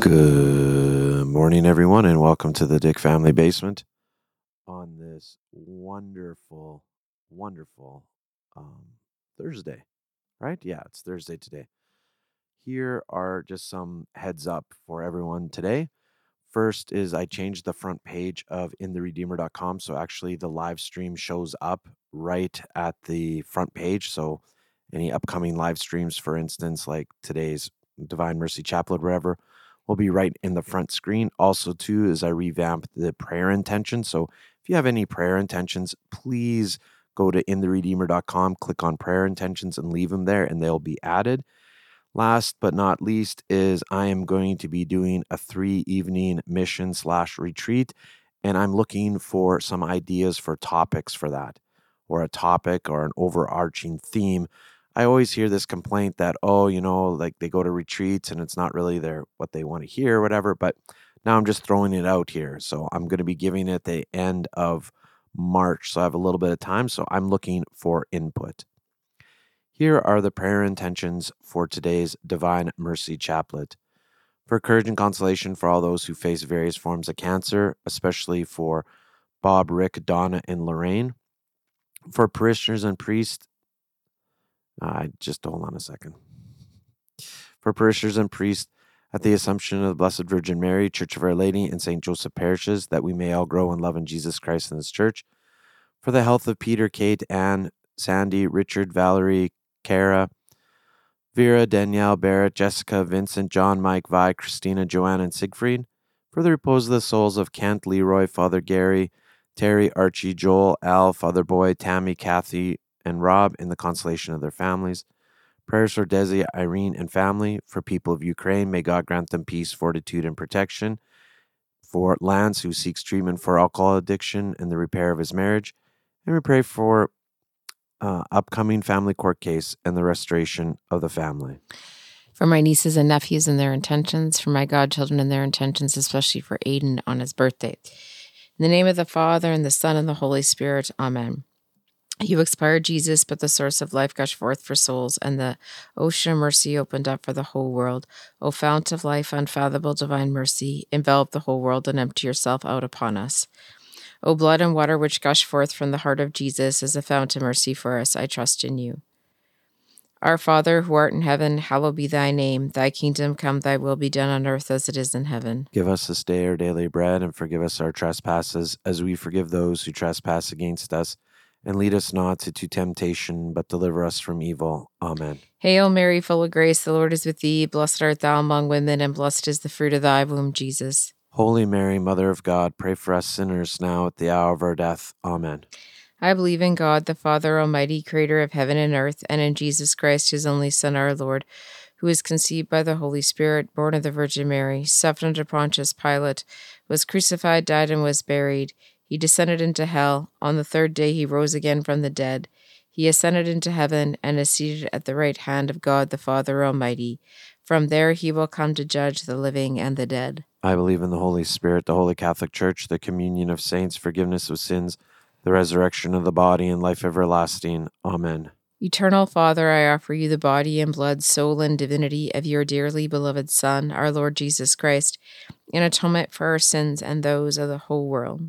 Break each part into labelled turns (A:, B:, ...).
A: Good morning, everyone, and welcome to the Dick Family Basement on this wonderful, wonderful um, Thursday, right? Yeah, it's Thursday today. Here are just some heads up for everyone today. First is I changed the front page of intheredeemer.com. So actually, the live stream shows up right at the front page. So any upcoming live streams, for instance, like today's Divine Mercy Chaplet, wherever, will be right in the front screen. Also, too, is I revamped the prayer intention. So if you have any prayer intentions, please go to intheredeemer.com, click on prayer intentions, and leave them there, and they'll be added. Last but not least is I am going to be doing a three evening mission slash retreat, and I'm looking for some ideas for topics for that, or a topic or an overarching theme. I always hear this complaint that oh, you know, like they go to retreats and it's not really their what they want to hear, or whatever. But now I'm just throwing it out here, so I'm going to be giving it the end of March, so I have a little bit of time. So I'm looking for input. Here are the prayer intentions for today's Divine Mercy Chaplet. For courage and consolation for all those who face various forms of cancer, especially for Bob, Rick, Donna, and Lorraine. For parishioners and priests, I just hold on a second. For parishioners and priests at the Assumption of the Blessed Virgin Mary, Church of Our Lady, and St. Joseph parishes, that we may all grow in love in Jesus Christ and His Church. For the health of Peter, Kate, Anne, Sandy, Richard, Valerie, Kara, Vera, Danielle, Barrett, Jessica, Vincent, John, Mike, Vi, Christina, Joanne, and Siegfried. For the repose of the souls of Kent, Leroy, Father Gary, Terry, Archie, Joel, Al, Father Boy, Tammy, Kathy, and Rob, in the consolation of their families. Prayers for Desi, Irene, and family. For people of Ukraine, may God grant them peace, fortitude, and protection. For Lance, who seeks treatment for alcohol addiction and the repair of his marriage. And we pray for uh, upcoming family court case and the restoration of the family.
B: for my nieces and nephews and their intentions, for my godchildren and their intentions, especially for Aiden on his birthday. In the name of the Father, and the Son, and the Holy Spirit, Amen. You expired, Jesus, but the source of life gushed forth for souls, and the ocean of mercy opened up for the whole world. O fount of life, unfathomable divine mercy, envelop the whole world and empty yourself out upon us. O blood and water which gush forth from the heart of Jesus as a fount of mercy for us, I trust in you. Our Father, who art in heaven, hallowed be thy name. Thy kingdom come, thy will be done on earth as it is in heaven.
A: Give us this day our daily bread, and forgive us our trespasses, as we forgive those who trespass against us. And lead us not into temptation, but deliver us from evil. Amen.
B: Hail Mary, full of grace, the Lord is with thee. Blessed art thou among women, and blessed is the fruit of thy womb, Jesus.
A: Holy Mary, Mother of God, pray for us sinners now at the hour of our death. Amen.
B: I believe in God, the Father Almighty, creator of heaven and earth, and in Jesus Christ, his only Son, our Lord, who was conceived by the Holy Spirit, born of the Virgin Mary, suffered under Pontius Pilate, was crucified, died, and was buried. He descended into hell. On the third day, he rose again from the dead. He ascended into heaven and is seated at the right hand of God, the Father Almighty. From there, he will come to judge the living and the dead.
A: I believe in the Holy Spirit, the Holy Catholic Church, the communion of saints, forgiveness of sins, the resurrection of the body, and life everlasting. Amen.
B: Eternal Father, I offer you the body and blood, soul and divinity of your dearly beloved Son, our Lord Jesus Christ, in atonement for our sins and those of the whole world.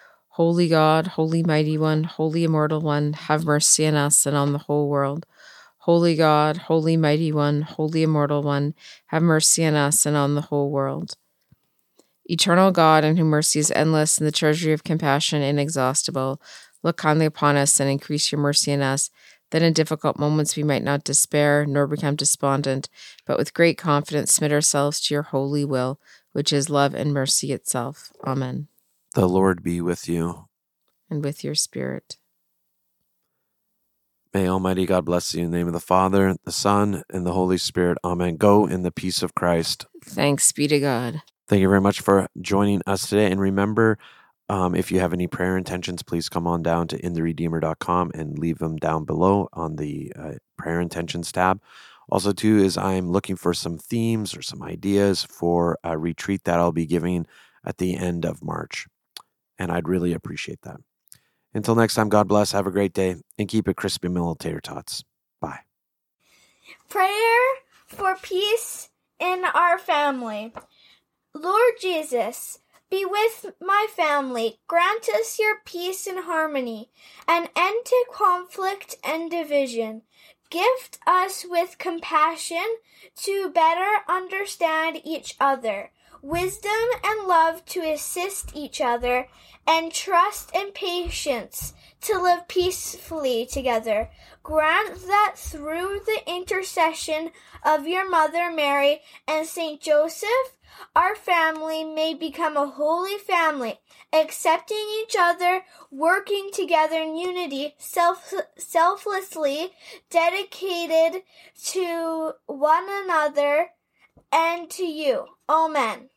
B: Holy God, holy mighty one, holy immortal one, have mercy on us and on the whole world. Holy God, holy mighty one, holy immortal one, have mercy on us and on the whole world. Eternal God, in whom mercy is endless and the treasury of compassion inexhaustible, look kindly upon us and increase your mercy in us, that in difficult moments we might not despair nor become despondent but with great confidence submit ourselves to your holy will, which is love and mercy itself. Amen.
A: The Lord be with you.
B: And with your spirit.
A: May Almighty God bless you in the name of the Father, the Son, and the Holy Spirit. Amen. Go in the peace of Christ.
B: Thanks be to God.
A: Thank you very much for joining us today. And remember, um, if you have any prayer intentions, please come on down to intheredeemer.com and leave them down below on the uh, prayer intentions tab. Also, too, is I'm looking for some themes or some ideas for a retreat that I'll be giving at the end of March. And I'd really appreciate that. Until next time, God bless. Have a great day and keep it crispy military tots. Bye.
C: Prayer for peace in our family. Lord Jesus, be with my family. Grant us your peace and harmony, an end to conflict and division. Gift us with compassion to better understand each other. wisdom and love to assist each other, and trust and patience to live peacefully together. Grant that through the intercession of your Mother Mary and Saint Joseph, our family may become a holy family, accepting each other, working together in unity, self- selflessly, dedicated to one another and to you. Amen.